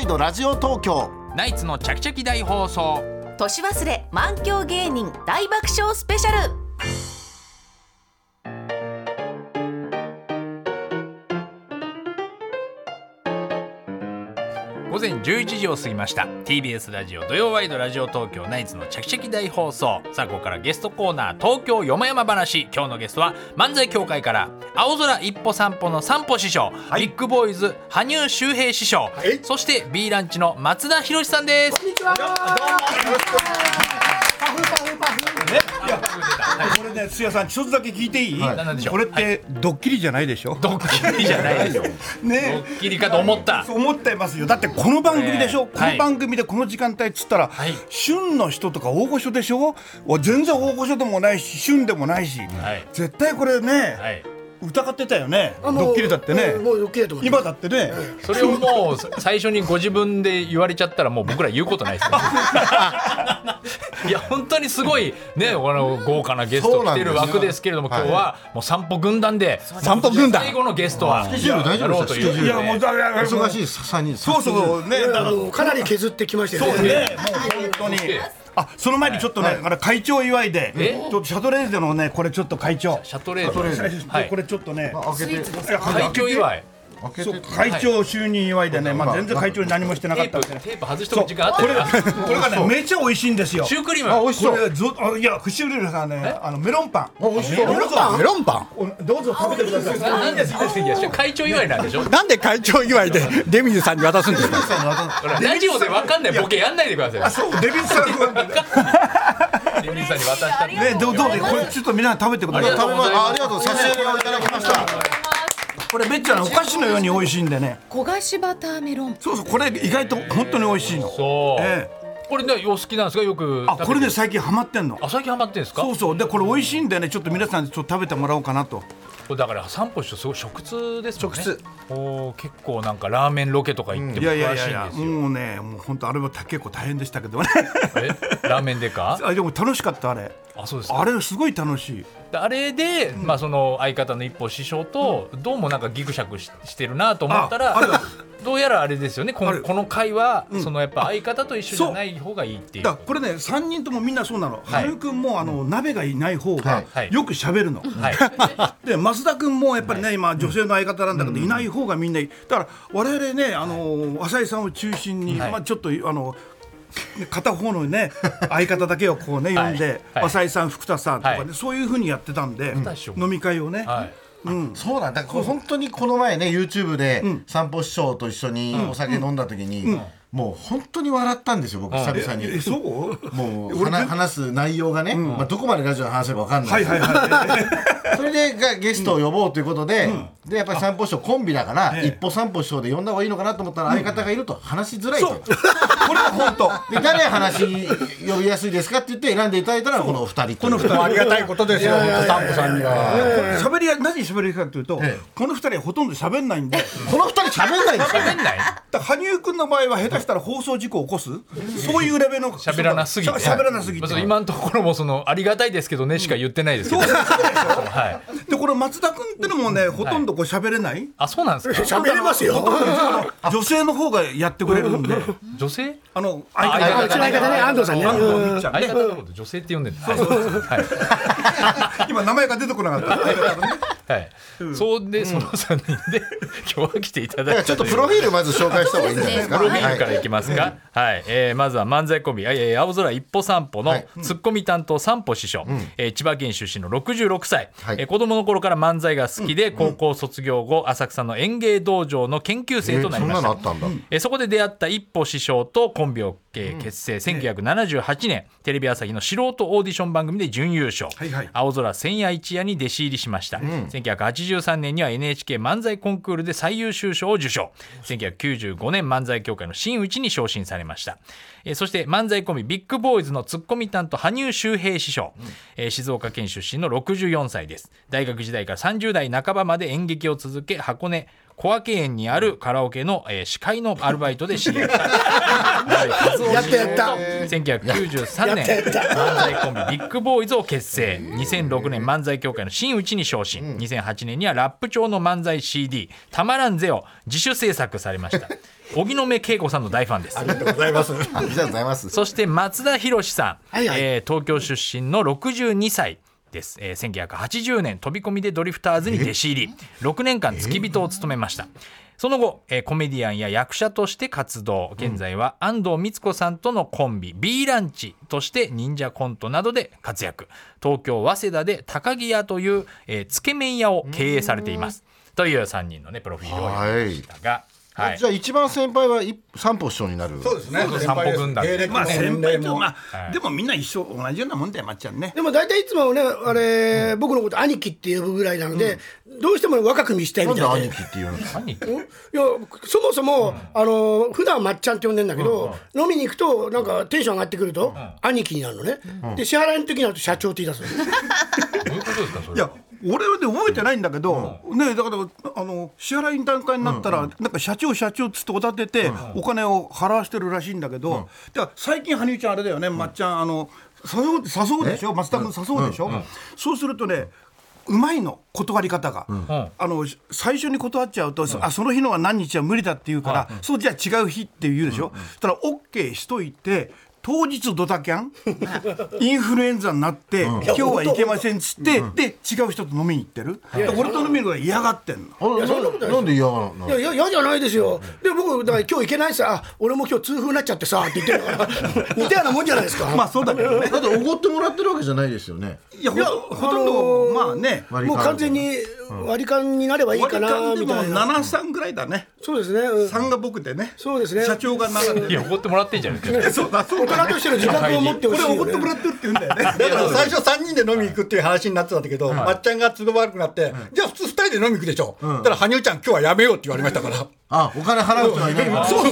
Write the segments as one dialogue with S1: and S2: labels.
S1: イドラジオ東京
S2: ナイツのチャキチャキ大放送
S3: 年忘れ満響芸人大爆笑スペシャル
S2: 午前11時を過ぎました TBS ラジオ土曜ワイドラジオ東京ナイツのチャキチャキ大放送さあここからゲストコーナー東京よもやま話今日のゲストは漫才協会から青空一歩散歩の散歩師匠、ビッグボーイズ羽生周平師匠
S4: い
S2: そして B ランチの松田博さんです
S4: ね、いや、これね、土屋さん、一つだけ聞いていい。
S1: はい
S2: なんでしょう
S4: これって、ドッキリじゃないでしょ
S2: ドッキリじゃないですよド
S4: ね
S2: ッキリかと思った
S4: そう思ってますよ。だって、この番組でしょ、
S2: ええはい
S4: この番組で、この時間帯っつったら、
S2: い
S4: 旬の人とか大御所でしょお全然大御所でもないし、旬でもないし。
S2: はい
S4: 絶対これね、
S2: はい
S4: 疑ってたよね。ド
S5: あもう
S4: ッキリだってね
S5: うん。もうドッキリだと思って
S4: 今だってね。
S2: それをもうさ最初にご自分で言われちゃったらもう僕ら言うことないですね いや本当にすごいねあの豪華なゲスト来てる枠ですけれども今日はもう散歩軍団で
S4: 散歩軍団
S2: 最後のゲストはスケ
S1: ジュール大丈夫ですか
S2: という
S4: いや、もう、だ、
S1: 忙
S4: い。
S1: しい3人
S4: そうそう、ね、だから
S5: あ。のかなり削ってきましたよね
S4: ね、もう本当に。あ、その前にちょっとね、あの会長祝いで、
S2: え
S4: ちょっとシャトレーゼのね、これちょっと会長。
S2: シャトレーゼはい
S4: これちょっとね、
S1: 開けて
S2: 会長祝い
S1: 開け
S4: そう
S1: て
S4: 会長就任祝いでね、まあ全然会長に何もしてな
S2: テ
S4: かっ
S2: ー
S4: た
S2: プ
S4: んですね。
S2: テープ外しておく時間あったから
S4: これがね、めちゃ美味しいんですよ。
S2: シュークリーム
S1: あ美味しそ
S4: こ
S1: う
S4: れずあいや、フシュールさんね、あのメロンパン。
S1: 美味しそう
S4: メロンパン
S1: メロンパン
S4: おどうぞ食べてください。
S2: ななんですいいですいや会長祝いなんでしょ
S6: なんで会長祝いでデミズさんに渡すんですか
S2: ほらラジオでわかんないボケやんないでくださいよ
S4: あ、そう、デビッドさんが。
S2: レミさんに渡したって
S4: ね、どうどうでこれちょっとみんなで食べてくだ
S2: ありが
S4: さ
S2: と
S4: い。
S2: う
S1: 食べまあありがとう差し入れをいただきました
S4: これめっちゃねお菓子のように美味しいんでね。
S3: 焦がしバターメロン
S4: そうそう、これ意外と本当に美味しいの。
S2: そう、
S4: え
S2: これねお好きなんですかよく
S4: あ、これね
S2: す
S4: 最近ハマってんの。
S2: あ最近ハマってんですか
S4: そうそうでこれ美味しいんでねちょっと皆さんちょっと食べてもらおうかなと
S2: これだから散歩してすごい食通ですもんね食通おー結構なんかラーメンロケとか行っても詳しいんですよ、
S4: もうねもう本当あれは結構大変でしたけどね
S2: えラーメンでか
S4: あでも楽しかったあれ
S2: あそうですか
S4: あれすごい楽しい
S2: であれで、まあその相方の一歩師匠と、どうもなんかギクシャクししてるなと思ったら
S4: ああれだ
S2: どうやらあれですよねこ
S4: あ
S2: の
S4: れ
S2: この回は、そのやっぱ相方と一緒じゃない方がいいっていう
S4: だからこれね3人ともみんなそうなの
S2: い
S4: 羽生君もあの鍋がいない方が
S2: はい
S4: よく喋るの、
S2: はい
S4: で増田君もやっぱりね、今女性の相方なんだけど、いない方がみんないいだから我々ねあの、浅井さんを中心に、
S2: はい
S4: まあ、ちょっとあのね片方のね相方だけをこうね呼んで、
S2: はい
S4: 浅井さん福田さんとかね、
S2: はい
S4: そういうふうにやってたんで、
S2: 田師匠
S4: 飲み会をね、
S2: はい
S1: そうなんだからこれ本当にこの前ね YouTube で散歩師匠と一緒にお酒飲んだ時にもう本当に笑ったんですよ僕久々に
S4: えそう
S1: もう
S4: 俺
S1: 話話す内容がね、まあ、どこまでラジオで話せばわかんない、
S4: はいはいはい
S1: それでがゲストを呼ぼうということで、でやっぱり散歩師匠コンビだから、一歩散歩師匠で呼んだ方がいいのかなと思ったら相方がいると話しづらいと、で
S4: これは本当
S1: 誰話呼びやすいですかって言って選んでいただいたのがこのお二人この二
S6: ありがたいことですよ、本当散歩さんには。
S4: 喋りや何喋りかというと、
S1: ええ
S4: この二人はほとんど喋んないんで
S1: この二人喋んないんですよ
S2: 喋んない
S4: だから羽生君の場合は下手したら放送事故を起こす、そういうレベルの
S2: 喋らなすぎて
S4: しゃ喋らなすぎ
S2: ま
S4: て、
S2: あ、今のところもそのありがたいですけどねしか言ってないですけど、
S4: そうそうそうでしょ
S2: はい
S4: でこの松田君ってのもね、ほとんどこう喋れない
S2: あそうなんですか
S5: 喋れますよ
S4: 女性の方がやってくれるんで、
S2: 女性
S4: あの
S2: あ
S5: うちの相方ね安藤さんねうん
S2: 相方のこと女性って呼んでるんだはい
S4: 今名前が出てこなかった。
S2: はい、そうで、その3人で 今日は来ていただ
S1: だ
S2: い
S1: か
S2: た
S1: らちょっと
S2: いう
S1: プロフィールまず紹介した方がいいんじゃないですか
S2: プロフィールか
S1: は
S2: ら
S1: い
S2: いきますか、はいえーまずは漫才コンビ、えー青空一歩散歩の
S1: はい
S2: ツッコミ担当散歩師匠、えー千葉県出身の66歳、
S1: はい
S2: えー子供の頃から漫才が好きで、高校卒業後浅草の演芸道場の研究生とな
S1: そ
S2: り
S1: ん
S2: ま
S1: な
S2: し
S1: の
S2: た、
S1: あったんだ、
S2: えーそこで出会った一歩師匠とコンビを、えー結成、1978年テレビ朝日の素人オーディション番組で準優勝、
S4: はいはい
S2: 青空千夜一夜に弟子入りしました、1983年には NHK 漫才コンクールで最優秀賞を受賞1995年漫才協会の真打ちに昇進されました、えーそして漫才コンビビッグボーイズのツッコミ担当羽生周平師匠、えー静岡県出身の64歳です大学時代から30代半ばまで演劇を続け箱根小涌園にあるカラオケの、えー司会のアルバイトで知 り合った
S5: やったやった
S2: 1993年漫才コンビビッグボーイズを結成2006年漫才協会の真打ちに昇進2008年にはラップ調の漫才 CD「たまらんぜ」を自主制作されました荻野目恵子さんの大ファンです
S1: ありがとうございます。ありがとうございます。
S2: そして松田博さん、
S5: はいはい
S2: えー東京出身の62歳。です、えー1980年飛び込みでドリフターズに弟子入り6年間付き人を務めましたその後、えーコメディアンや役者として活動現在は安藤光子さんとのコンビ B ランチとして忍者コントなどで活躍東京早稲田で高木屋という、えーつけ麺屋を経営されていますという3人のねプロフィールを読みましたが、はい
S1: じゃあ一番先輩は一三歩師匠になる。そうです。
S6: ね
S2: 散歩軍団
S6: 芸歴
S4: まあ
S6: も
S4: 先
S6: 年
S4: 輩
S6: 齢
S4: と
S6: も
S4: まあでもみんな一緒同じようなもんだよまっちゃんね
S5: でも大体いつもね、あれ、僕のこと兄貴って呼ぶぐらいなので、どうしても若く見したい
S1: な
S5: み
S1: ん
S5: た
S1: で
S5: いな。
S1: 兄貴っていうんですか。
S2: 何
S5: んいやそもそも、あの普段まっちゃんって呼んでんだけど、飲みに行くとなんかテンション上がってくると、兄貴になるのね、で支払いの時になると社長って言い出すのね、
S4: いや俺はで覚えてないんだけど、ねだからあの支払いの段階になったら、なんか社長社長っつっておだてて、お金を払わしてるらしいんだけど、だから最近羽生ちゃんあれだよね、まっちゃんあの誘う誘うでしょ松田君誘うでしょ、そうするとねうまいの断り方が、あの最初に断っちゃうと、そあその日のは何日は無理だって言うから、そうじゃあ違う日って言うでしょ、そしたら OK しといて当日ドタキャ ンインフルエンザになって、今日は行けませんっつって、で違う人と飲みに行ってる、で俺と飲みに行くのが嫌がってんの。
S1: あれななんで嫌なの。
S5: いやいや嫌じゃないですよで僕だから今日行けないさあ俺も今日痛風になっちゃってさって言ってるから似たようなもんじゃないですか、
S4: まあそうだけ どね。
S1: だって奢ってもらってるわけじゃないですよね。
S4: いやほとほとんど、まあね。
S1: 割り
S5: も
S1: 勘
S5: う完全に割り勘になればいいかな
S4: 割り
S5: み
S4: 勘
S5: た
S4: で
S5: い
S4: も
S5: な
S4: 七三ぐらいだね。
S5: そうですね、うん
S4: 三が僕でね。
S5: そうですね
S4: 社長が七で
S2: い。や怒ってもらってんじゃないですか
S4: そうだそう
S5: 大
S4: だ
S5: 人としての自覚を持ってほしいよね、
S4: 怒ってもらってるって言うんだよ ね。
S6: だから最初3人で飲み行くっていう話になってたんだけど、まっちゃんが都合悪くなって、じゃあ普通2人で飲み行くでしょ、だから羽生ちゃん、今日はやめようって言われましたから、
S1: あ、お金払う人はいないの。
S4: そうそう。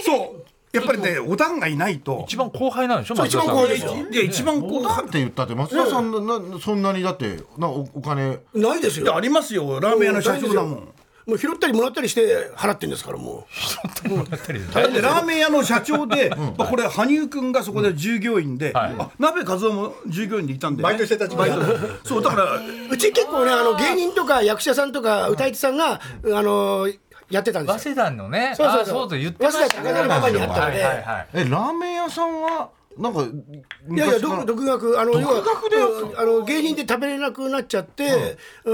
S4: そう。やっぱりね、お団がいないと。
S2: 一番後輩なんでしょ
S5: そう一番後輩ですよ
S4: いや、一番こう。
S1: なんて言ったって松田さんななそんなにだってなおお金
S5: ないです
S4: いや、
S5: よ
S4: ありますよ。ラーメン屋の社長だもん。
S5: もう拾ったりもらったりして払ってんですからも
S4: だってラーメン屋の社長で、まあこれ羽生君がそこで従業員で、あ鍋和夫も従業員でいたんで、
S6: バイトしてた時
S4: バイ
S6: 代
S4: トそうだから
S5: ううち結構ねあの芸人とか役者さんとか歌い手さんが、あのやってたんで
S2: 早
S5: すよ
S2: 稲田のね
S5: そうそうそう
S2: あと言ってました
S5: 早稲田高田馬場にあった
S2: はい
S5: ので
S2: はいはい
S1: えラーメン屋さんはなんか
S5: いやいや
S1: 昔から
S5: 独独学あの要は
S1: 独学で
S5: うんあの芸人で食べれなくなっちゃって、う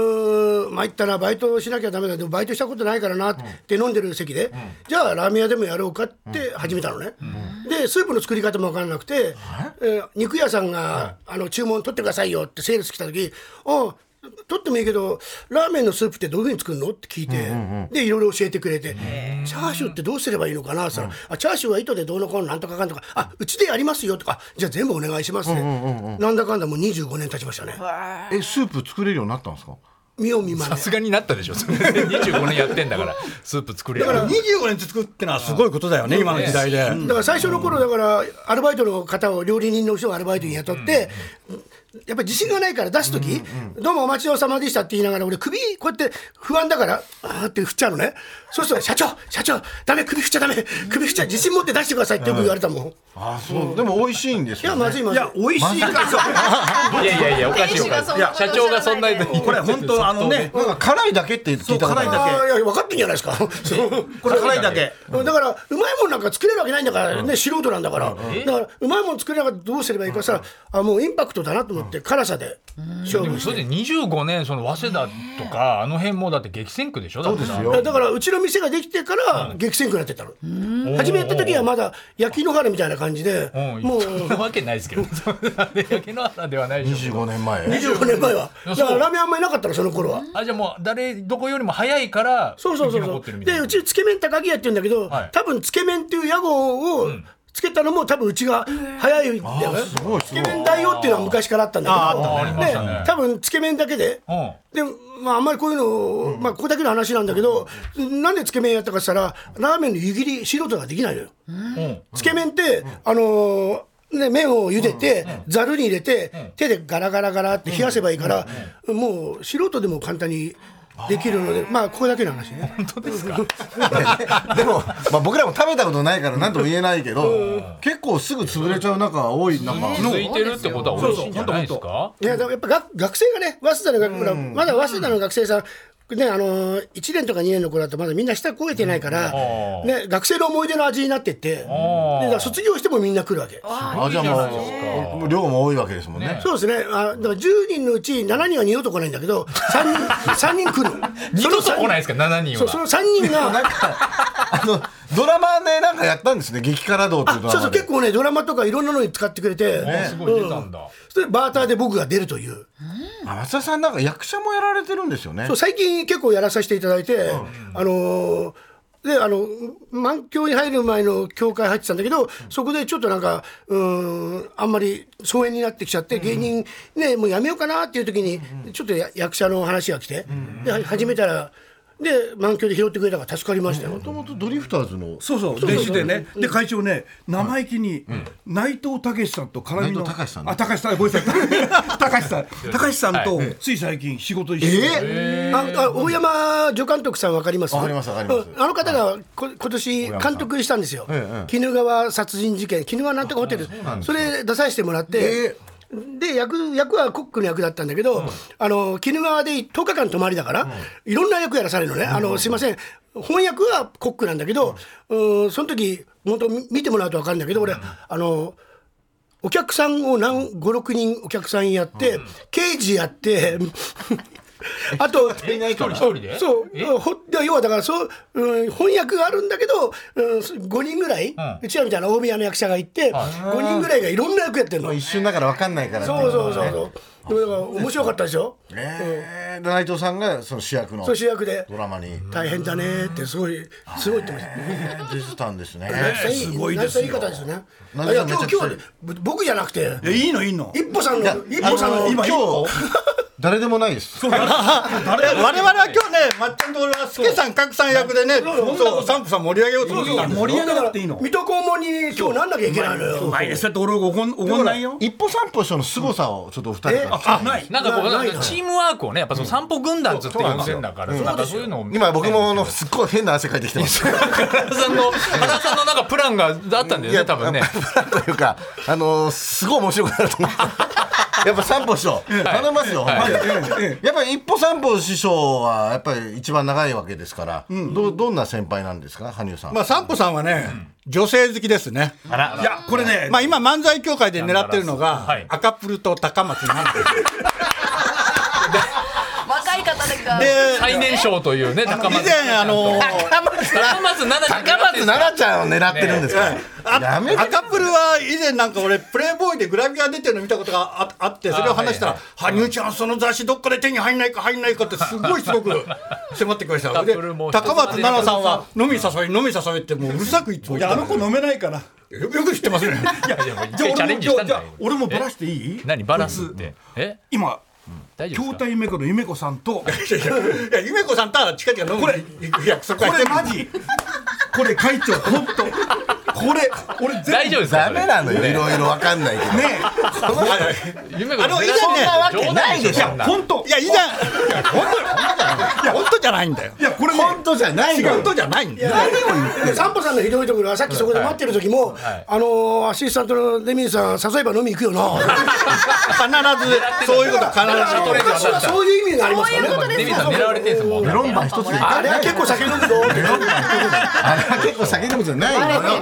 S5: ん、ん参ったらバイトしなきゃダメだでもバイトしたことないからなって飲んでる席で、じゃあラーメン屋でもやろうかって始めたのね、でスープの作り方も分からなくて、えー肉屋さんが、あの注文取ってくださいよってセールス来た時「あ取ってもいいけどラーメンのスープってどういうふうに作るの?」って聞いて、でいろいろ教えてくれて「チャーシューってどうすればいいのかな?」って言ったらあチャーシューは糸でどうのこうのなんとかかんとか「あうちでやりますよ」とか「じゃあ全部お願いしますね」なんだかんだもう25年経ちましたね
S1: えスープ作れるようになったんですか
S5: 見よう見まね
S2: さすがになったでしょそれ25年やってんだからスープ作れる
S6: 25年続くってのはすごいことだよね、今の時代で。
S5: だから最初の頃だからアルバイトの方を料理人の人をアルバイトに雇ってやっぱり自信がないから出す時「どうもお待ちどうさまでした」って言いながら俺首こうやって不安だからあーって振っちゃうのねそうすると「社長社長ダメ首振っちゃダメ首振っちゃ自信持って出してください」ってよく言われたもんい
S1: あそうでも美味しいんです
S5: や
S1: よ
S5: まずいま
S4: い
S5: ずい
S4: や美味しいから
S2: いやいやいやおかしいおか
S3: 店
S2: し
S3: 主がそん
S2: いいや
S3: なこと
S2: 社長がそんなに
S3: おかしい
S4: これ本当あのね
S1: なんか辛いだけって聞いたこと
S4: そう辛
S1: あ
S4: い
S1: る
S4: だけ
S5: あーいや分かってんじゃないですかそう
S4: これ辛いだけ
S5: だからうまいもんなんか作れるわけないんだからね、素人なんだから、だからうまいもん作れなかったらどうすればいいかさ、あもうインパクトだなと思って辛さで勝負して
S2: それで25年その早稲田とかあの辺もだって激戦区でしょそうです
S1: よ
S5: いやだからうちの店ができてから激戦区になってったの初めやった時はまだ焼き野原みたいな感じで
S2: うん、
S5: もう
S2: そんなわけないですけど、そんな焼け野原ではないでしょ。
S1: 25年前
S5: 25年 前はだ
S2: や
S5: か
S2: そ
S5: ら
S2: う
S5: ラーメンあんまりなかったのその頃は
S2: あ、じゃあもう、誰、どこよりも早いから、
S5: そうそうそう
S2: 生き
S5: そ
S2: 残ってる
S5: う
S2: みたい
S5: で
S2: な
S5: うちつけ麺高木屋って言うんだけど、
S2: はい
S5: 多分つけ麺っていう屋号をつけたのも多分うちが早いんだよね
S1: ごいす
S5: つ
S1: ご
S5: け
S1: い
S5: 麺大王っていうのは昔からあったんだ
S4: ああ
S2: あったねあ
S5: けど
S2: りましたね
S5: で多分つけ麺だけで
S2: うん。
S5: でまあ、あんまりこういうのを、まあ、ここだけの話なんだけど、なんでつけ麺やったかって言ったらラーメンの湯切り素人ができないのよ。
S2: うん
S5: つけ麺って、あのーね、麺を茹でてざる、に入れて、手でガラガラガラって冷やせばいいから、もう素人でも簡単にできるのでまあここだけの話ね。
S1: でも、まあ、僕らも食べたことないから何とも言えないけど結構すぐ潰れちゃう中が多い中
S2: 続いてるってことは美味しいんじゃないですか
S5: いやでもやっぱ学学生がね早稲田の学、ほらまだ早稲田の学生さんね、あのー、1年とか2年の頃だとまだみんな下超えてないから、ね、学生の思い出の味になってって、でだから卒業してもみんな来るわけ。
S1: あじゃあもうもう量も多いわけですもんね
S5: そうですね。あだから10人のうち7人は二度と来ないんだけど、3人、三人来る。
S2: 二度と来ないですすか7人は
S5: そう その3人が、
S1: あのドラマでなんかやったんですね激辛道っていうド
S5: そうそ
S1: ラマ
S5: う
S1: で
S5: 結構ね、ドラマとかいろんなのに使ってくれて、
S2: あすごい出たんだ、
S5: それでバーターで僕が出るという。
S1: あ松田さんなんか役者もやられてるんですよね
S5: そう最近結構やらさせていただいて、あのーであの満教に入る前の教会入ってたんだけど、そこでちょっとなんかうーんあんまり疎遠になってきちゃって、芸人ねもうやめようかなっていう時に、ちょっとや役者の話が来て、では始めたらで満教で拾ってくれたから助かりましたよ、
S1: もともとドリフターズの
S4: そうそう弟子でねで会長ね生意気に内藤武さんと絡みの
S1: 内藤隆さんね
S4: あ高橋さんごめんなさい高橋さん高橋さんとつい最近仕事一緒に
S5: ああ大山助監督さんわかります
S1: わかりますわかります
S5: うんあの方がこ今年監督したんですよ
S1: ええ
S5: 鬼怒川殺人事件鬼怒川なんとかホテルそれ出させてもらってで役役はコックの役だったんだけどあの鬼怒川で10日間泊まりだからいろんな役やらされるのねあのすいません翻訳はコックなんだけどうんその時本当見見てもらうと分かるんだけど俺あのお客さんを何56人お客さんやって、刑事やってあと
S2: 一人一人で
S5: そうほ要はだからそう、うん、翻訳があるんだけど、うん、5人ぐらい、うちらみたいな大宮の役者がいて5人ぐらいがいろんな役やってるの。
S1: 一瞬だから分かんないからってい
S5: そうそうそう
S1: ね
S5: そう。でもだから面白かったでしょ。
S1: えーで内藤さんがその主役の
S5: そう主役で
S1: ドラマに
S5: 大変だねーってすごいすごいってました。
S1: えー出てたんですね
S5: すごいですよ。いい方ですよね。
S1: 成
S5: い
S1: 田さ
S5: や
S1: ん
S5: 今
S1: め
S5: 日
S1: ちゃ
S5: 今日
S1: くちゃ
S5: ぶ僕じゃなくて
S4: いやいいのいいの
S5: 一歩さんの一歩さん
S1: あ
S5: の
S1: の今
S5: 一歩
S1: 今日誰でもないです
S6: 我々は今日ね、まっちゃんと俺は、すけさん、角さん役でね、そう、サンプさん盛り上げようと思ってたんですよ。
S4: 盛り上がらなくていいの
S5: 水戸黄門に今日なんなきゃいけないのよ。
S4: いですだって俺おごんおごんないよ
S1: 一歩三歩師匠の凄さをちょっとお二人から
S4: あない
S2: なんかこう
S5: な
S2: な
S5: なんい
S2: かチームワークをねやっぱその散歩軍団ずっと呼んでんだから、なんかそういうのを
S1: 今僕もあのすっごい変な汗かいてきてます
S2: 原さんの原さんのなんかプランがあったんだよね多分ね
S1: というかあのすごい面白くなると思ってやっぱ三歩師匠頼みますよ、やっぱり一歩三歩師匠はやっぱり一番長いわけですから、どどんな先輩なんですか羽生さん、
S6: まあ、サンプさんはね、女性好きですね。
S2: あら
S4: いやこれね
S6: まあ、今、漫才協会で狙ってるの
S2: は
S6: が
S2: い、
S6: 赤プルと高松なん ですよ
S3: 若い方でか
S6: で、
S2: 最年少というね高
S6: 以
S2: 松
S6: 前、あの、
S2: 高松七
S1: 高松奈々ちゃんを狙ってるんですから、やめて
S6: 赤プルは以前なんか俺プレイボーイでグラビア出てるの見たことがああってそれを話したら「羽生ちゃんその雑誌どっかで手に入んないか入んないか」ってすごいすごく迫ってきました
S2: 赤
S6: で
S2: プルも
S6: 高松奈々さんは「飲み誘い飲み誘い」ってもううるさく言ってま
S4: い
S6: し
S4: や
S6: た
S4: あの子飲めないから
S6: よく知ってますね
S2: 一回チャレンジしたんだよ
S4: じゃあ俺もバラしていい
S2: 何バランスってえ
S4: 今
S2: 大丈夫
S4: 京
S2: ですか
S4: 太夢子の夢子さんと
S6: いやいやゆめこさんとは近々飲みに行く約束は
S4: こ
S6: して
S4: れ
S6: る
S4: マジこれ会長本当これ俺全部
S2: 大丈夫ですか
S1: ダ
S2: それ
S1: メなのよいろいろわかんないけど、
S4: ね
S2: 夢が
S6: あの以前ね
S2: 冗談で
S4: えい
S2: しょ
S4: や本当
S6: いや以前本当いや本当じゃないんだよ
S4: いやこれね
S1: 本当じゃないのよ
S6: 本当じゃないんだよ
S5: 散歩さんのひどいところはさっきそこで待ってる時も、あのーアシスタントのレミンさん誘えば飲み行くよな。
S6: 必ずそういうことは必
S2: 狙わ
S6: ず
S2: れてま
S5: 私はそういう意味がありますからね。
S3: そういうことです
S2: デビさん狙われてるんですもん
S1: メロンパン一つでい
S5: あ
S1: か
S5: れ
S1: な
S5: は
S1: い
S5: 結構酒飲むぞ。
S1: あれは結構酒飲むじゃないのよ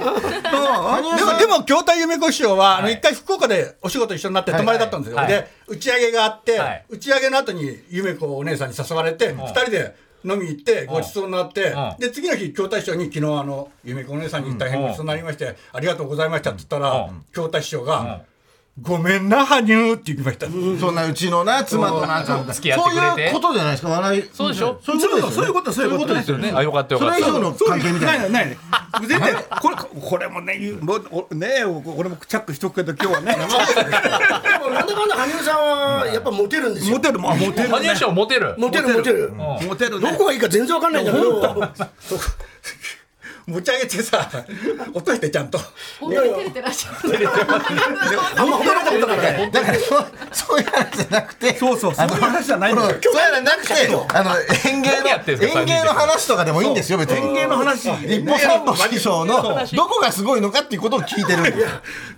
S6: でも、でも、京太夢子師匠は、あの、一回福岡でお仕事一緒になって泊まりだったんですよ。
S2: はい
S6: で、打ち上げがあって、
S2: はい
S6: 打ち上げの後に夢子お姉さんに誘われて、二、人で飲み行って、ごちそうになって、
S2: ん
S6: で、次の日、京太師匠に、昨日、あの、夢子お姉さんに大変ごちそうになりまして、ありがとうございましたって言ったら、
S2: うん
S6: 京太師匠が、ごめんな、羽生って言いました。
S1: そんなうちのな妻となんか
S2: 付き合ってくれて
S1: そういうことじゃないですか笑い
S2: そうでしょ
S1: そういうことですよね
S4: そういうことそういうこと
S1: ですよ
S2: ねあよかったよかった
S1: それ以上の
S4: そう
S1: 関係みたいな
S4: ないないない全然これこれもね言うもうおねえお俺もチャックしとくけど今日はね
S5: でもなんだかんだ羽生さんはやっぱモテるんですよ。
S4: モテるもんモテる
S2: 羽生賞モテる
S5: モテるモテる。
S4: モテる
S5: どこがいいか全然わかんないんだけど。
S6: 持ち上げてさ、落としてちゃんと。
S3: 本当に照れてらっしゃる
S5: あんま他のことない。
S1: だからそうそういう話じゃなくて
S4: そうそうそういう話じゃないんだよ
S1: そうやらなくて、あの園芸
S2: 何やってんす
S1: の
S2: か
S1: 園芸の話とかでもいいんですよ、別に。園芸の話、一歩三歩師匠のどこがすごいのかっていうことを聞いてるんですよ。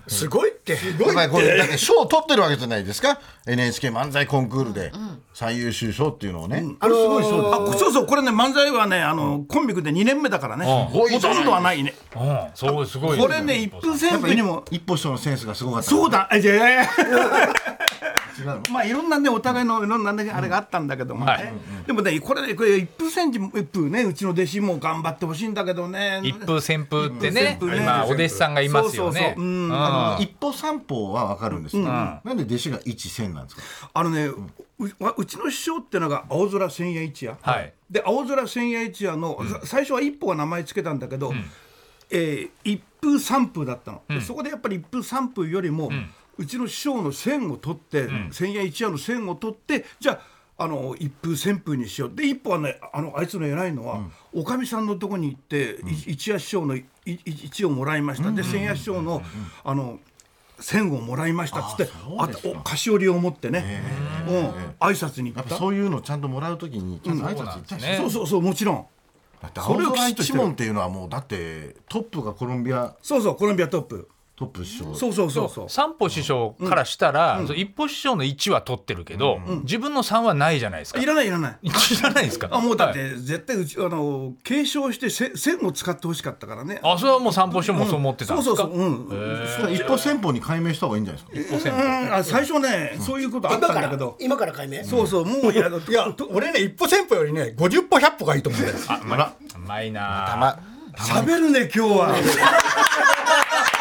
S5: すごいって。
S1: やっぱりこれだって賞を取ってるわけじゃないですか、NHK 漫才コンクールで。最優秀賞っていうのをね、
S5: あのー
S4: あそうそうこれね漫才はねあのコンビ組んで2年目だからねほとんどはないね
S2: うん、そうすごい。
S4: これね一風
S1: や
S4: 旋
S1: っぱ
S4: 風
S1: り
S4: にも
S1: 一歩賞のセンスがすごかった
S4: そうだえじゃあいやいや
S1: 違うの
S4: まあいろんなねお互いのいろんなねあれがあったんだけども
S2: はい
S4: ねでもねこれねこれ一風旋風一風ねうちの弟子も頑張ってほしいんだけどね
S2: 一風旋風ってね
S4: 一、風旋風ね
S2: 今お弟子さんがいますよ
S4: そう
S2: ね
S4: そう。そううん
S2: あ
S1: 一歩三歩は分かるんですよ、なんで弟子が一千なんですか
S4: あのね、うわうちの師匠ってのが青空千夜一夜、
S2: はい
S4: で青空千夜一夜の、さ最初は一歩が名前つけたんだけど、えー一風三風だったの、でそこでやっぱり一風三風よりも、うちの師匠の線を取って、千夜一夜の線を取ってじゃああの一風旋風にしようで一歩はねあのあいつの偉いのは、おかみさんのとこに行って、い一夜師匠のいい一をもらいました、で千夜師匠の、あの線をもらいましたっつってあとお菓子折りを持ってね、うん、挨拶に行
S1: や
S4: っ
S1: っ
S4: た
S1: ぱそういうのちゃんともらうときにちゃんと挨拶行ったりして、
S2: ね
S4: そうそうそうもちろん
S1: だって
S4: そ
S1: 青
S4: れをき
S1: 空
S4: ちっとして
S1: 一
S4: る
S1: 門っていうのはもうだってトップがコロンビア
S4: そうそうコロンビアトップ
S1: トップ師匠
S4: そうそ
S2: そ
S4: うそううそう
S2: 三歩師匠からしたら、そう一歩師匠の1は取ってるけど、自分の3はないじゃないですか。
S4: いらないいらない
S2: いらないですか。
S4: あもうだっ
S2: はい
S4: て絶対うちあの継承してせ線を使ってほしかったからね
S2: あ、それはもう三歩師匠もそう思ってたんで
S4: そう
S2: すか。
S4: そうそううん、
S1: 一歩先方に改名した方がいいんじゃないですか
S2: 一歩旋
S4: う
S2: 風
S4: んあ最初ね、そういうことあったんだけど
S5: 今から解明
S4: そうそうもういやだって
S6: いや俺ね一歩先歩よりね50歩100歩がいいと思うんだよ
S2: あ、うまい。うまいな。
S1: たま
S4: 喋るね今日は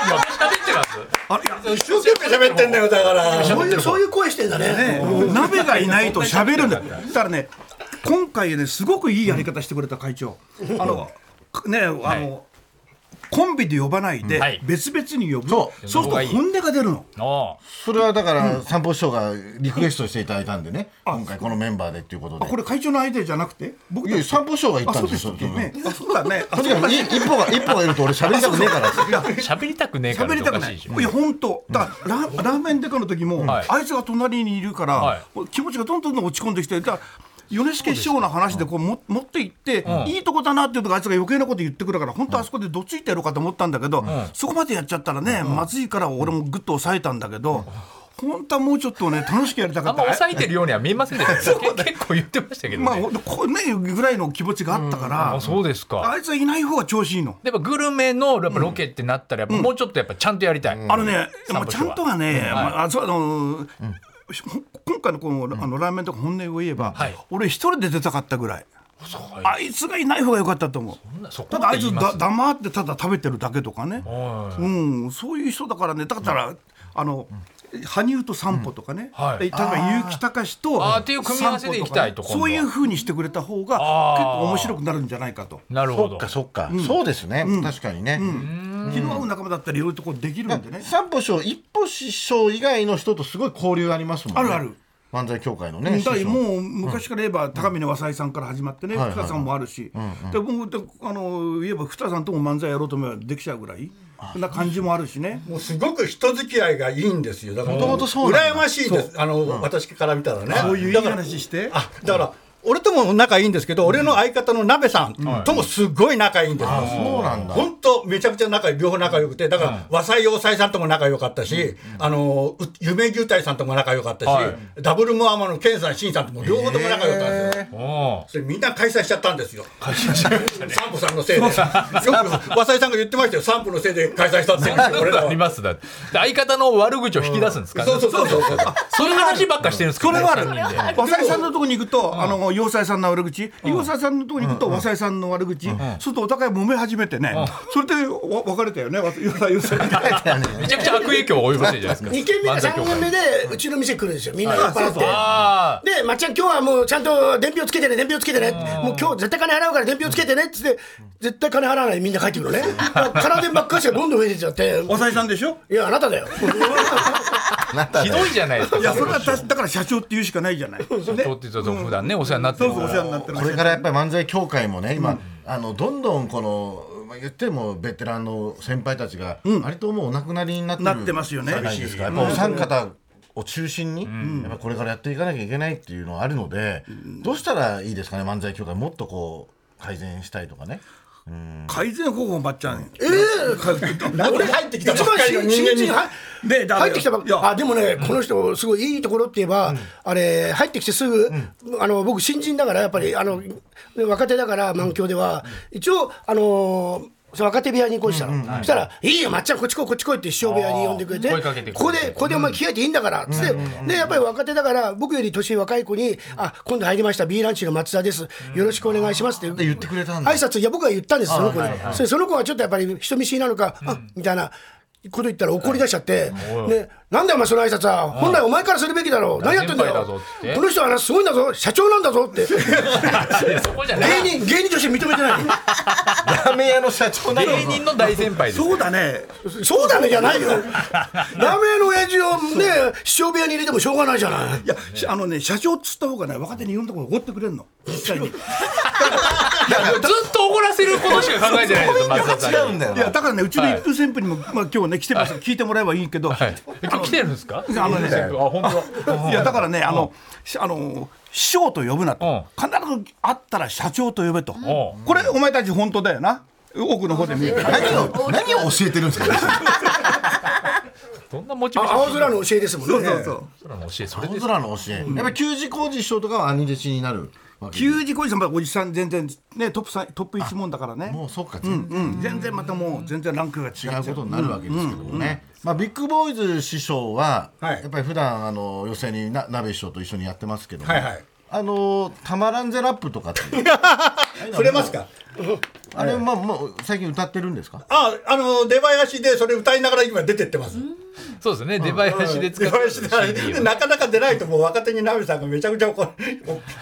S2: 今喋ってます。
S4: あれいや
S6: 一生懸命喋ってんだよだから
S5: そういうそういう声してんだね
S4: ね鍋がいないと喋るんだよだからね今回ねすごくいいやり方してくれた会長あのねあの、
S2: はい
S4: コンビで呼ばないで
S2: はい
S4: 別々に呼ぶ、
S1: そ
S4: そうすると本音が出るの
S2: お
S1: それはだから三方師匠がリクエストしていただいたんでね今回このメンバーでっていうこと
S4: あこ
S1: で
S4: れ会長のアイデアじゃなくて僕
S1: いや三方師匠が言
S4: あ
S1: った
S4: そう
S1: んで
S4: ですす
S1: よ
S4: っけねあそうだねあ
S1: とにかくい一歩が一歩がいると俺喋りたくねえから
S2: う喋りたくねえから
S4: 喋
S2: っ
S4: り
S2: て
S4: た
S2: お
S4: く
S2: か
S4: な
S2: し
S4: い。
S2: い
S4: い
S2: し。
S4: や本当。だからララーメンデカの時も、
S2: はい
S4: あいつが隣にいるから、
S2: はい
S4: 気持ちがどんどんどん落ち込んできて、だから米助師匠の話でこうも持っていって、
S2: ん
S4: いいとこだなっていうとこあいつが余計なこと言ってくるから本当あそこでどついてやろうかと思ったんだけど、そこまでやっちゃったらね、まずいから俺もぐっと抑えたんだけど、本当はもうちょっとね楽しくやりたか
S2: あ
S4: っ
S2: んま
S4: た。
S2: 抑えてるようには見えませんで したけど、結構言ってましたけどね。
S4: まあほんとこうねぐらいの気持ちがあったから、
S2: あ、そうですか。
S4: あいつはいない方が調子いいの。
S2: やっぱグルメのやっぱロケってなったらやっぱもうちょっとやっぱちゃんとやりたい、
S4: あのね、
S2: 散歩
S4: まあ、ちゃんとはね、まああ、そうあのーし今回のこのあのラーメンとか本音を言えば、
S2: はい
S4: 俺一人で出たかったぐらい、
S2: そう
S4: あいつがいない方が良かったと思う。
S2: そこ
S4: ただ
S2: まで
S4: あい
S2: 言い
S4: つ
S2: ま
S4: だ
S2: す
S4: 黙ってただ食べてるだけとかね、
S2: は
S4: うん、そういう人だからね、だから、あの羽生と散歩とかね、
S2: うんはい
S4: で例えば結城隆と
S2: あーっていう組み合わせでいきたいと
S4: 散歩かねそういうふうにしてくれた方が結
S2: あー
S4: 構面白くなるんじゃないかと。
S2: なる
S1: そ
S2: ほ
S1: っ
S2: ど
S1: かそっかそうですね確かにね
S4: 気の合う仲間だったらいろいろとこうできるんでね。
S1: 三歩師匠一歩師匠以外の人とすごい交流ありますもんね
S4: あるある
S1: 漫才協会の
S4: う
S1: ね
S4: んだから
S1: 師匠
S4: もう昔から言えば高峰和才さんから始まってね、
S1: はいはい
S4: 福田さんもあるし、でもうであの言えば福田さんとも漫才やろうと思えばできちゃうぐらいな感じもあるしね。
S6: もうすごく人付き合いがいいんですよだから
S1: もともとそうなんだ
S6: 羨ましいですあの、私から見たらね
S4: そういういい
S6: だから
S4: 話して。
S6: あだから、俺とも仲いいんですけど、俺の相方の鍋さんともすごい仲いいんですよ。
S1: そうなんだ
S6: 本当めちゃくちゃ仲良い両方仲良くてだから和裁洋裁さんとも仲良かったし、あのう夢牛太さんとも仲良かったし、
S2: はい
S6: ダブルモアマの健さんしんさんとも両方とも仲良かったんですよ、
S2: お
S6: それみんな解散しちゃったんですよ解散しちゃった、ね、サンボさんのせいでよく和裁さんが言ってましたよサンボのせいで解散したって俺ら
S2: あ
S6: は
S2: りますだって相方の悪口を引き出すんですか、ね
S6: そうそうそうそうそう
S2: そういう話ばっかしてるんですけど、ね、それはあ
S4: 和才さんのとこに行くと、あの洋裁さんの悪口、洋裁さんのとこに行くと、和裁さんの悪口、するとお互い揉め始めてね、それでわ別れたよね、和洋裁洋裁って。
S2: めちゃくちゃ悪影響を及ぼしてるじゃないですか
S5: 2軒目か
S2: 漫才
S5: 3
S2: 協
S5: 軒
S2: 会
S5: 目でうちの店来るんですよみんな酔っ払って
S2: あ
S5: で「まっちゃん今日はもうちゃんと伝票つけてね伝票つけてね」もう今日絶対金払うから伝票つけてね」っつって絶対金払わないでみんな帰ってくるの ね空電ばっかりしてどんどん増えてっちゃって
S4: 和裁さんでしょ
S5: いやあなただよ
S2: あひどいじゃないですか
S4: いや、それは私だから社長って言うしかないじゃない。ね
S2: とってと普段ねお世話になって
S4: そう
S2: るか
S4: そうお
S2: ら
S4: 世話になってる
S1: これからやっぱり漫才協会もね今、あのどんどんこの、まあ、言ってもベテランの先輩たちが、割ともうお亡くなりになってる
S4: なってますよね
S1: じゃないですかやっぱお三方を中心に、やっぱこれからやっていかなきゃいけないっていうのはあるので、どうしたらいいですかね漫才協会もっとこう改善したいとかね
S4: 改善方法ばっちゃん
S5: ええ
S6: なんで入ってきたば
S5: 一
S6: っ
S5: 番
S6: かり
S5: 新
S6: の人
S5: 新
S6: 間に
S5: 人は
S4: ねだめよ
S5: 入ってきたばっ
S4: いや
S5: あでもね、この人すごいいいところって言えば、あれ入ってきてすぐ、あの僕新人だからやっぱりあの若手だから満響では、一応あのその若手部屋に移行したの、そしたら「いいよまっちゃんこっち来いこっち来い」って師匠部屋に呼んでくれ
S2: あ
S5: て
S2: ー声かけてくれて
S5: ここでここでお前着替えていいんだから」つって、でやっぱり若手だから僕より年若い子に「あ今度入りました B ランチの松田ですよろしくお願いします」って
S1: 言ってくれたんだ
S5: 挨拶いや僕が言ったんですその子に、それその子がちょっとやっぱり人見知りなのか、あみたいなこと言ったら怒り出しちゃって、ね、なんだよお前その挨拶は本来お前からするべきだろう何やってんだ
S2: 先輩だ
S5: よ
S2: ぞって
S5: この人はなすごいんだぞ社長なんだぞっ て
S2: そこじゃない
S5: 芸人芸人として認めてない
S1: ラーメン屋の社長なの
S2: 芸人の大先輩です
S4: そうだね
S5: そうだねじゃ ないよラーメンの親父をね師匠部屋に入れてもしょうがないじゃない
S4: いやしあのね社長っつった方がね若手にいろんなところ怒ってくれるの実際に
S2: ずっと怒らせることしか考えてないですよ松田さんに
S1: 違うんだよ
S4: い
S1: な
S4: やだからねうちの
S2: はい
S4: 一風旋風にも、まあ、今日ね来てます、聞いてもらえばいいけど、
S2: はいえ今日来てるんですか
S4: あのね
S2: あ本当だ
S4: いやだからね、あの、しあの師匠と呼ぶなと、必ず会ったら社長と呼べと、こ
S2: ん
S4: れお前たち本当だよな。奥の方で見えてる。
S1: 何を何を教えてるんですか
S2: どんなモチベーション
S5: 青空の教えですもんね
S4: そう。
S2: 空の教えそれ
S1: 青
S2: です
S1: 空の教えやっぱ給仕工事師匠とかは兄弟子になるわけ
S4: 給仕工事さんまあおじさん全然ねトップさんトップ一問だからね。
S1: もうそっか
S4: う
S1: 全
S4: んうん全然またもう全然ランクが違っち
S1: 然
S4: ゃ
S1: 違
S4: う
S1: うことになるわけですけどもねまあビッグボーイズ師匠は
S6: はい
S1: やっぱり普段あの寄席にな鍋師匠と一緒にやってますけども
S6: はいはい
S1: あのたまらんぜラップとかって
S6: 触れますか
S1: あれまあもう最近歌ってるんですか
S6: ああの出囃子でそれ歌いながら今出てってます
S2: そうですね出囃子で使
S6: 出
S2: って
S6: 囃子
S2: る
S6: で
S2: CD を
S6: なかなか出ないともう若手にナミさんがめちゃくちゃこう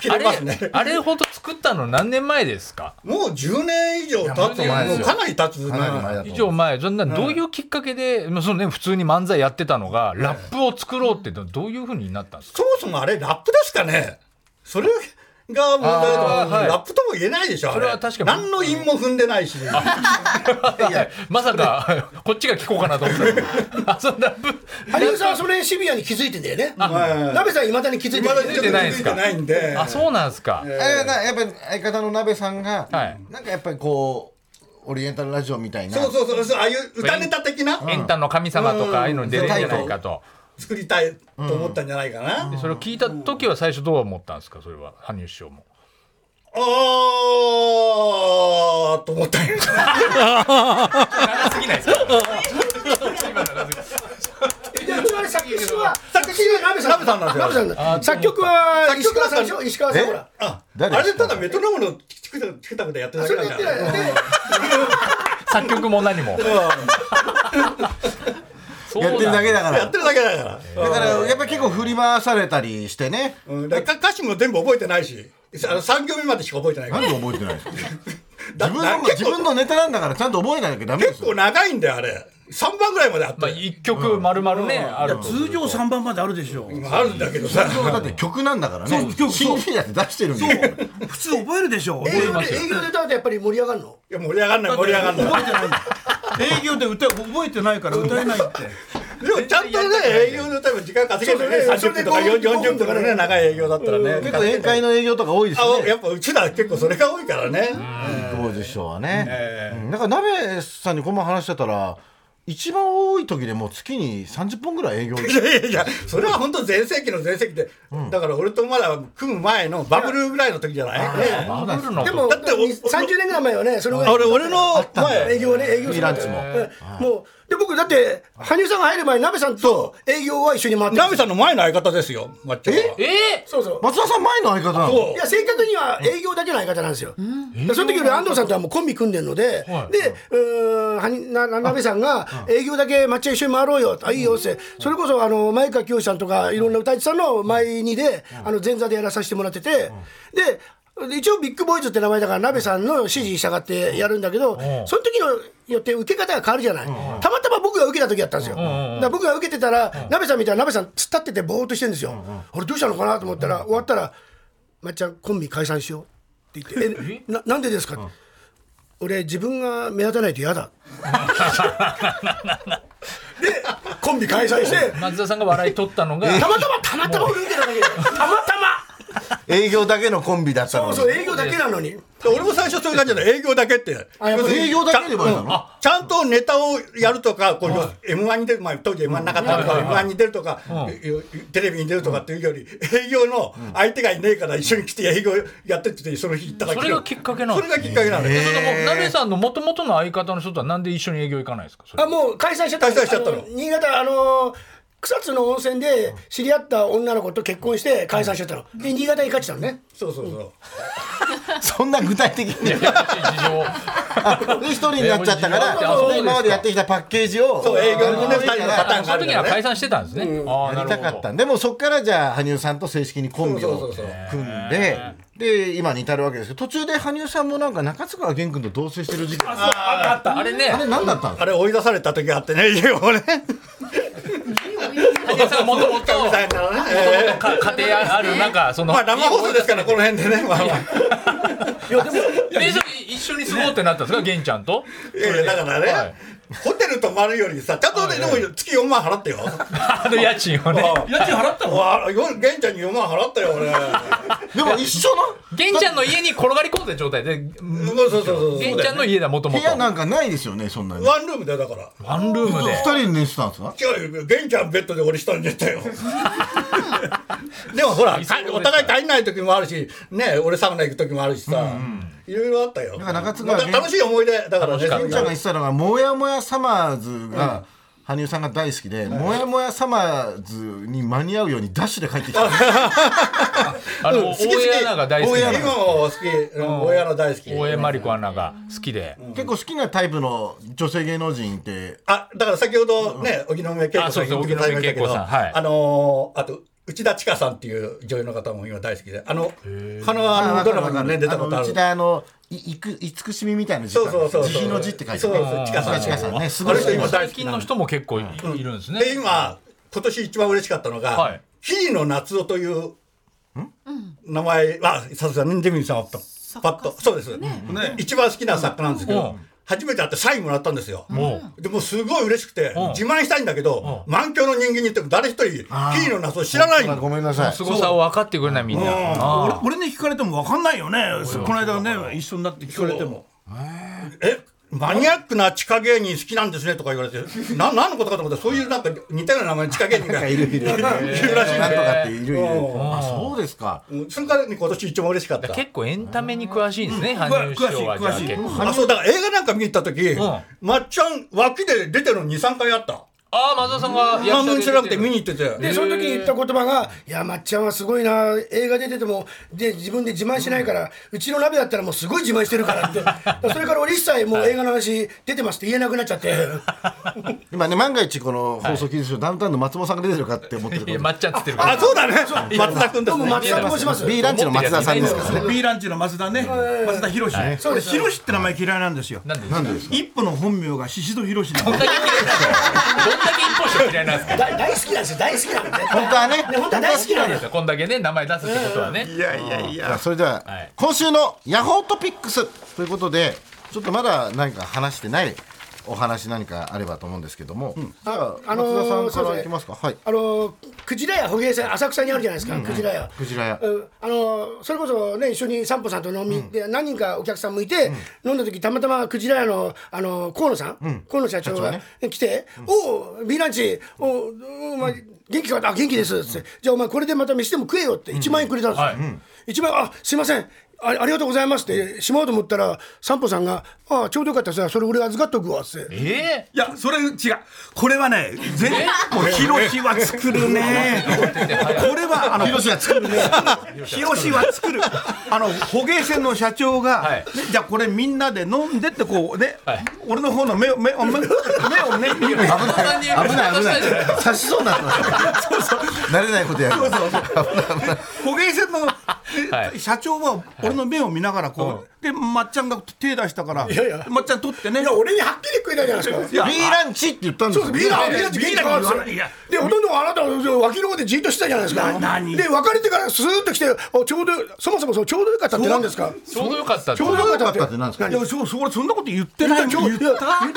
S6: 切
S2: あ
S6: れますね
S2: れあれほど作ったの何年前ですか
S6: もう10年以上経つ
S1: いやもっと前で
S6: もう
S1: すよ
S6: かなり経つ
S1: かなり前だと
S2: 以
S1: 思
S2: 上
S1: う
S2: 前そんなどういうきっかけで、まあそのね、普通に漫才やってたのがラップを作ろうってどどういうふうになったんですか
S6: そもそもあれラップですかねそれが問題だと
S2: あーはい
S6: ラップとも言えないでしょあ
S2: それは確かに
S6: 何の韻も踏んでないし
S2: まさかこっちが聞こうかなと思ったあそんなラップ
S5: 羽生さんはそれシビアに気づいてんだよね
S6: はい
S5: 鍋さんいまだに気づいてる
S2: だに出てないんですか
S6: 出てないんで
S2: あそうなんですか、
S1: あれがやっぱり相方の鍋さんが
S2: はい
S1: なんかやっぱりこうオリエンタルラジオみたいな
S6: そうそうそうそうああいう歌ネタ的な
S2: エンタの神様と
S6: うん
S2: かああいうのに出るんじゃないかと、
S6: 作りたいと思ったんじゃないかな、
S2: でそれを聞いた時は最初どう思ったんですかそれは羽生師匠も
S6: あーと思ったんよ
S2: 長すぎないですか
S5: じゃあつまり作詞は
S6: 作詞は
S5: 鍋さん
S6: 鍋さんなんですよ
S5: 鍋さんだ作曲は
S6: 作
S5: 石
S6: 曲
S5: 川
S6: は
S5: さんでしょ石川さんほら
S6: あ
S1: 誰
S6: あれただメトロノームのチクタクチクタクでやってるだ
S5: そ
S6: け
S5: れ
S6: な
S5: で
S6: ん
S5: や
S6: だ
S5: ってないよね
S2: 作曲も何も そう
S1: やってるだけだか
S6: やっ
S1: ら
S6: てるだけだから、
S1: だからやっぱり結構振り回されたりしてね
S6: うんだから歌詞も全部覚えてないしあの3行目までしか覚えてないか
S1: なん
S6: ら
S1: で覚えてないんですか
S6: だ
S1: 自分の
S6: だ結
S1: 自
S6: 構
S1: 分のネタなんだからちゃんと覚えなきゃダメで
S6: 結
S1: すよ
S6: 構長いんだよあれ3番ぐらいまであっ
S2: ま
S6: た
S2: あ、一曲まるまるね、あると
S4: 通常三番まであるでしょう。
S6: あるんだけどさ
S1: だって曲なんだからね
S4: そう曲そう
S1: CD だって出してるんだよ
S4: 普通覚えるでしょう。
S5: 営業で営業で歌うとやっぱり盛り上がるの
S6: いや盛り上がんない盛り上がんない
S4: 覚えてないんだ。営業で歌覚えてないから歌えないって。
S6: でもちゃんとね営業のため時間稼げるね
S5: そうそう
S6: 30分とか
S5: それで
S6: 40分とかのね長い営業だったらね
S1: 結構宴会の営業とか多いです
S6: あや
S1: ね
S6: っぱうちら結構それが多いからね
S1: 当時師匠はねうんだから鍋さんにこんな話してたら一番多い時でもう月に30本ぐら い営業
S6: いやいやいやそれは本当全盛期の全盛期で、だから俺とまだ組む前のバブルぐらいの時じゃないね
S2: バブルの
S5: でも
S6: だってお
S5: 30年ぐらい前はねそれぐらい
S6: 俺俺の前
S5: 営業はね営業する
S1: ミランツも
S5: ええもうで僕だって羽生さんが入る前に鍋さんと営業は一緒に回ってる
S6: ナミさんの前の相方ですよマッチョは
S2: え
S5: そうそう
S1: 松田さん前の相方なの
S6: そう
S5: いや正確には営業だけの相方なんですよ、その時より安藤さんとはもうコンビ組んでるので、でうーんはになな鍋さんが営業だけ抹茶一緒に回ろうよ、あいいよって、それこそあの前川清さんとかいろんな歌い手さんの前にで、あの前座でやらさせてもらってて、でで一応ビッグボーイズって名前だから鍋さんの指示に従ってやるんだけど、その時のよって受け方が変わるじゃない、たまたま僕が受けた時だったんですよ、だから僕が受けてたら、鍋さんみたいな鍋さん突っ立っててぼーっとしてるんですよ、俺どうしたのかなと思ったら、終わったらまっちゃんコンビ解散しようって言 って「えななんでですか?」俺自分が目立たないと嫌 だ」でコンビ解散して
S2: 松田さんが笑い取ったのが
S5: たまたまたま たま俺受けただけでたまたま
S1: 営業だけのコンビだったの
S5: そう
S1: に
S5: そう営業だけなのに
S6: で俺も最初そういう感じだった営業だけって
S5: あやっぱり
S1: 営業だけでもいいの
S6: うんちゃんとネタをやるとかこう、m 1に出る、まあ、当時 m 1なかったから m 1に出るとか、テレビに出るとかっていうより営業の相手がいねえから一緒に来て営業やってってその日行っただけ
S2: それがきっかけなの
S6: それがきっかけなのよ
S2: それでも、なべさんの元々の相方の人とはなんで一緒に営業行かないんですかそれ
S5: あもう開催しちゃった
S6: 開催しちゃったの
S5: あ新潟あのー草津の温泉で知り合った女の子と結婚して解散しちゃったの。で、新潟に帰ってきたのね。
S6: そうそうそう
S1: そんな具体的に
S2: 事情を
S1: で一人になっちゃったか
S2: えー
S1: ら
S2: そうですか
S1: 今までやってきたパッケージを
S6: そう営業のね二人のパターンが
S2: そ
S6: あ
S2: の
S6: る
S2: 時に
S6: か
S2: は
S6: ら
S2: 解
S6: ね
S2: 散してたんですね、ああ
S1: や
S2: なる
S1: りた
S2: ほ
S1: か
S2: ど
S1: ったでもそっからじゃあ羽生さんと正式にコンビ
S6: そ
S1: を
S6: うそうそうそう
S1: 組んでで今に至るわけですけど途中で羽生さんもなんか中津川玄君と同棲してる時期あ
S2: あったあれね
S1: れ何だったんです
S6: あれ追い出された時があってね家をね
S2: お客さんもともと
S6: みたいなね、えー
S2: 家庭ある中その、
S6: まあ生放送ですからこの辺でねまあまあ
S2: でそれ一緒に住もうってなったんですか玄ちゃんと
S6: いやいやだからね、
S2: はい
S6: ホテル泊まるよりさちゃんとね、でも月4万払ってよ
S2: あの家賃をね
S6: 家賃払ったのわよ玄ちゃんに4万払ったよ俺
S1: でも一緒の
S2: 玄ちゃんの家に転がり込んだ状態で玄
S6: そうそうそうそうそう
S2: ちゃんの家だもとも
S1: 部
S2: と
S1: 屋なんかないですよねそんなに
S6: ワンルームだよだから
S2: ワンルームで
S1: 二人で寝てたんですか
S6: 違うよ玄ちゃんベッドで俺一人寝たよでもほらかお互い足りない時もあるしね俺サウナ行く時もあるしさ、いろいろあったよ
S1: なんか中津川
S6: まあ楽しい思い出だからね
S1: ちゃんが言ってたのが「もやもやサマーズ」が羽生さんが大好きで「もやもやサマーズ」に間に合うようにダッシュで帰ってきた
S2: あの
S6: 好
S2: 大
S6: き好き
S2: 江アナが大好き
S6: 大江アナも好きうん大江アナ大好き
S2: 大江真理子アナが好きで
S1: 結構好きなタイプの女性芸能人って
S6: あだから先ほどね、荻野目恵子
S2: あ
S6: さ
S2: そ
S6: ん
S2: うそう
S6: 言ってくださいましたけど
S2: 荻野目恵子さんはい
S6: あのーあと内田千佳さんっていう女優の方も今大好きであのあのあのドラマにもね出たことあ
S1: の
S6: る
S1: うちであのいいく慈しみみたいな字
S6: そうそうそうそう
S1: 慈悲の字って書いて
S6: そうそう
S1: ち
S6: 千
S1: か
S6: 佳さん
S1: さんねすご
S6: あ
S1: い
S6: の人今大
S2: 最
S6: 好き
S2: 近
S6: な
S2: の人も結構いいるんですね
S6: で今今年一番嬉しかったのが、
S2: はい
S6: 日野夏夫という名前はさすがにデミさんはパッパッとそうです、一番好きな作家なんですけど、
S2: うん
S6: 初めて会ってサインもらったんですよ、
S2: も
S6: でもうすごい嬉しくて、
S2: うん
S6: 自慢したいんだけど、満響の人間に言っても誰一人、キーの謎知らないの。
S1: ごめんなさいう
S2: 凄さを分かってくれないみんなあ
S4: 俺俺に聞かれても分かんないよねそうこの間ね一緒になって聞かれても
S6: えマニアックな地下芸人好きなんですねとか言われて、な何のことかと思ったら、そういうなんか似たような名前の地下芸人がいる
S1: いるなんと
S6: らしいね。
S1: かっているいる
S6: うん
S1: あそうですか
S6: うんそれからね今年一番嬉しかった。
S2: 結構エンタメに詳しいんですね羽生師匠はじゃあ結構
S6: あそうだから映画なんか見に行った時、
S2: ん
S6: まっちゃん脇で出てるの2、3回あった。
S2: ああ松田さんが
S6: 何も
S2: に
S6: 知らなくて見に行ってて。
S5: で、その時に言った言葉が、いや、まっちゃんはすごいな、映画出てても、で、自分で自慢しないから、うちの鍋だったらもうすごい自慢してるからって。だ からそれから俺一切もう映画の話出てますって言えなくなっちゃ って。
S1: 今ね万が一この放送禁止書ダウンタウンの松本さんが出てるかって思ってる
S2: いや
S1: か
S2: まっちゃんっつってるから
S6: あ、そうだね。松田君ですね。
S5: 松田と申します
S1: ら。B ランチの松田さんですからね
S4: B ランチの増田ね増田博士
S5: そうです
S4: 博士って名前嫌いなんですよ
S2: なんでどんだ
S4: 一歩の本名が宍戸博士だ
S2: け一歩しか嫌いなん ですか
S5: 大大好きなんですよ、大好きなんで。
S1: 本当はね
S5: ね本当は大好きなんですよ。
S2: こんだけね名前出すってことはね
S4: いやいやい
S1: じゃあそれでは、
S2: はい
S1: 今週のヤホートピックスということでちょっとまだ何か話してないお話何かあればと思うんですけども、じゃあ、
S5: あのー
S1: 松田さんか
S5: そうで
S1: らい
S5: す
S1: き
S5: ね
S1: ますかはい
S5: あのクジラ屋捕鯨船浅草にあるじゃないですか、クジラ屋。
S1: クジラ屋
S5: うんあのそれこそね一緒に散歩さんと飲みで、何人かお客さんもいて、飲んだ時たまたまクジラ屋のあの河野さん、河野社長が来て「おお B ランチおおお前元気か?」あ元気です」っつって、じゃあお前これでまた飯でも食えよ」って1万円くれたんですよ。
S2: はい
S5: 一番あすいませんあありがとうございますってしまおうと思ったら散歩さんが「あちょうどよかったさそれ俺預かっとくわ」っつって
S2: え
S4: いやそれ違うこれはね全もう広志は作るねこれはあの広志は作るね広志は作るあの捕鯨船の社長が、
S2: はい
S4: ねじゃあこれみんなで飲んでってこうね、
S2: はい
S4: 俺の方の目を目を目をね見る
S2: 危ない危
S1: 危ない危ない刺しそうになってます慣れないことやる
S4: 捕鯨船の、え社長は俺の目を見ながらこう、でまっちゃんが手出したから
S5: やいや
S4: まっちゃん取ってね
S5: いや俺にはっきり食えたじゃないですか
S1: B ランチって言ったんですよ
S5: ビーラービーラービーラーでほとんどあなたの脇の方でじっとしてたじゃないですか
S4: 何
S5: で別れてからスーッと来ておちょうどそもそもそうちょうどよかったって何ですか
S2: ちょうどよかったって
S5: ちょうどよかったって何で
S1: 何で
S5: すす
S1: か
S5: か
S4: いやそそ俺そんなこと言ってない
S5: ちょうどよかっ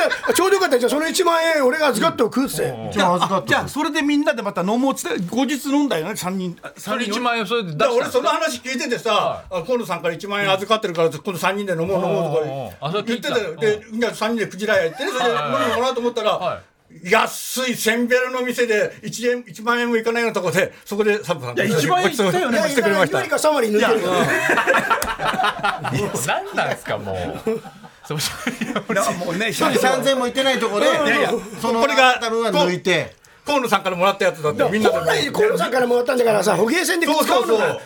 S5: たじゃあその1万円俺が預かっておくっつって
S1: じゃあ預か
S4: あ
S1: っ
S4: じゃ
S1: た
S4: あそれでみんなでまた飲もうっつって後日飲んだよね三人
S2: そ
S4: 三
S2: れ
S4: 人
S2: 1万円それで出
S6: だか
S2: し
S6: ら俺
S2: た
S6: その話聞いててさ、あ河野さんから1万円預かってるから、今の3人で飲もう飲
S2: うんうんうん
S6: もう
S2: あ
S6: と
S2: それ聞
S6: か言
S2: い
S6: ったてたよでみんな3人でクジラ屋行ってねそれで飲みに行こうかなと思った
S2: は
S6: ら安いせんべろの店で1円1万円もいかないようなとこでそこでサンボさん
S4: いや一番行ったよね
S5: いや
S6: してくれました
S5: 2割か3割抜いてるから
S2: 何なんですかもう。そう
S4: もうね一
S1: 一人三千もいってないところで
S6: やいや
S1: その
S6: これが
S1: 多分は抜いて
S6: 河野さんからもらったやつだってみんなで
S5: 本来河野さんからもらったんだからさ捕鯨船で使うのがね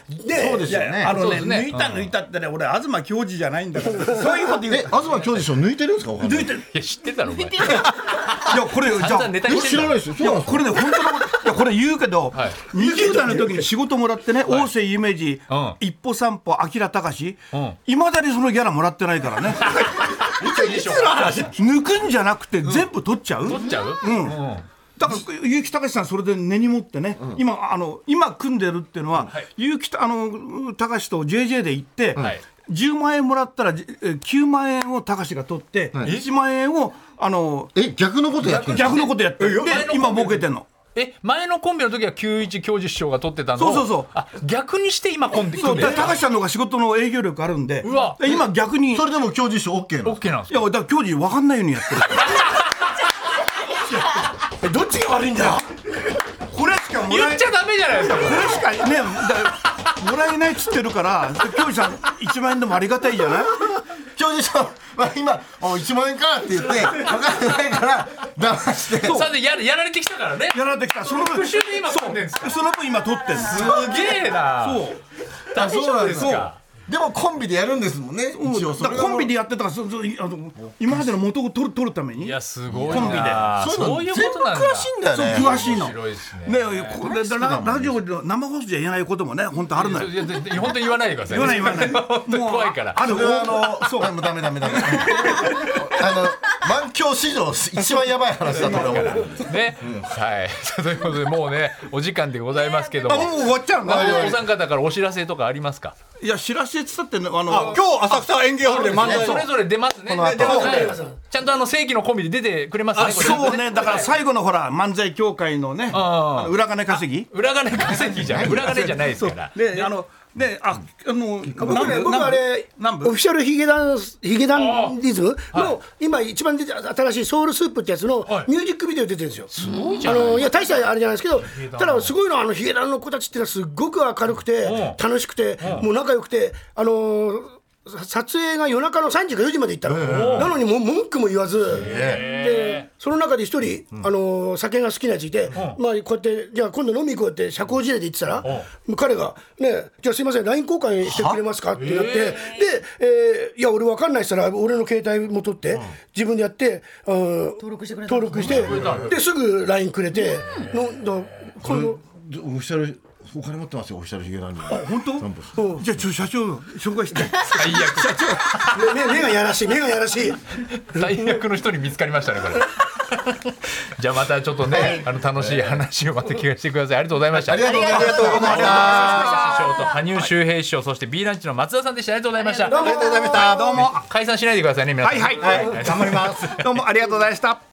S1: そうですよね
S4: あのね
S2: そうですね
S4: 抜いた抜いたってね俺東教授じゃないんだからそういうこと言う
S1: え東教授賞抜いてるんですかわかんない
S2: いや知ってたろお前。
S4: いやこれじ
S2: 散
S4: ゃ
S2: 々
S4: あ
S2: ネタ
S1: え
S2: にして
S1: 知
S2: んだ
S1: ら
S2: ろ
S1: ないですよ
S4: い
S1: そうなん
S4: や
S1: です
S4: これね本当のこといやこれ言うけど、
S2: はい
S4: 20代の時に仕事もらってね、大瀬イメージ、
S2: うん
S4: 一歩三歩あきらたかし
S2: ん
S4: いまだにそのギャラもらってないからね 抜くんじゃなくて全部取っちゃう、
S2: 取っちゃう？
S4: うんだから結城隆さん、それで根に持ってね、今あの、今組んでるっていうのは、結城、あの隆と JJ で行って、
S2: はい
S4: 10万円もらったら、じえ9万円を隆が取って、
S1: はい
S4: 1万円をあの
S1: え逆のことやってるんです
S4: 逆
S1: か
S4: のことやってる、で今、儲けてんの。
S2: え前のコンビの時は九一教授師匠が取ってたのを
S4: そうそうそう
S2: あ逆にして今コンビ
S4: そ
S2: 組
S4: うん
S2: で
S4: だから高橋さんの方が仕事の営業力あるんで
S2: うわ
S4: で今逆にい
S1: そ
S4: や
S1: れでも教授賞 OK な
S2: オ
S1: の
S2: ッケーなんですか
S4: だから教授分かんないようにやってるえどっちが悪いんだよこれしかもら
S2: 言
S4: え
S2: っちゃダメじゃないですか
S4: これしかねだもらえないっつってるから教授さん1万円でもありがたいじゃない
S1: 教授賞は今お1万円かって言って分かってないから騙して
S2: さてややられてきたからね
S4: やられてきたその分
S2: 復讐で今組んでんすか
S4: その分今取ってる
S2: すげえな
S4: そう
S2: 大丈夫ですか
S1: でもコンビでやるんですもんね一応そ
S4: だか
S1: れ
S4: ら
S1: がもう
S4: コンビでやってたからそそあの今までの元を取る取るために
S2: いやすごいな
S4: コンビで
S2: そ
S1: そうう
S2: い
S1: いうう
S2: こ
S1: の
S2: となんだ
S1: 全部詳し
S4: 詳し
S1: いんだよね
S4: いの
S2: 面白いですね
S4: ねこれララジオで生放送じゃ言えないこともね本当あるのよ
S2: いやいや本当に言わないでください
S4: 言わない言 わない
S2: 本当に怖いから
S4: ある
S1: それはあのそうダメダメダメダメあの満響史上一番やばい話だと思う
S2: ね、はい さあということでもうねお時間でございますけども
S4: あもう終わっちゃうの
S2: あのお三方からお知らせとかありますか
S4: いや知らせっつったってねあの
S6: 今日浅草演芸ホールで漫才
S2: それぞれ出ますね
S1: この後
S2: 出ますねちゃんとあの正規のコンビで出てくれますねこれ
S4: そうねだから最後のほら漫才協会のね
S2: あー
S4: あの裏金稼ぎ
S2: 裏金稼ぎじゃない裏金じゃないですから
S4: であのねああの
S5: 僕ね僕あれ
S4: 南
S5: オ
S4: 部
S5: フィシャルヒゲダンスヒゲダンディズムの今一番出て新しいソウルスープってやつの
S2: はい
S5: ミュージックビデオ出てるんですよ。あのいや大したあれじゃないですけどただすごいのはあのヒゲダンの子たちっていうのはすっごく明るくて
S2: う
S5: 楽しくてもう仲良くてあのーさ撮影が夜中の3時か4時まで行ったの、なのにもう文句も言わず、でその中で一人、あのー酒が好きなやついて、まあ、こうやってじゃあ今度飲み行こうって社交辞令で言ってたら、彼が、ね「じゃあすいません LINE 交換してくれますか?」ってなって、で、えーいや俺分かんない」っつったら俺の携帯も取って、自分でやって、うん登録して登録してですぐ LINE くれて、飲んだこの
S1: でオフィシャルお金持ってますよオフィシャルヒゲダンに
S4: 本当じゃあちょ社長紹介して
S2: 最悪
S5: 目目がやらしい目がやらしい。
S2: 最悪の人に見つかりましたねこれ じゃあまたちょっとねあの楽しい話をまた聞かせてくださいありがとうございました
S1: ありがとうございました
S2: 師匠と羽生周平師匠そして B ランチの松田さんでしたありがとうございました
S6: ありがとうございました
S4: どうも
S2: 解散しないでくださいね皆さん
S4: はいはい
S2: お願します
S4: どうもありがとうございました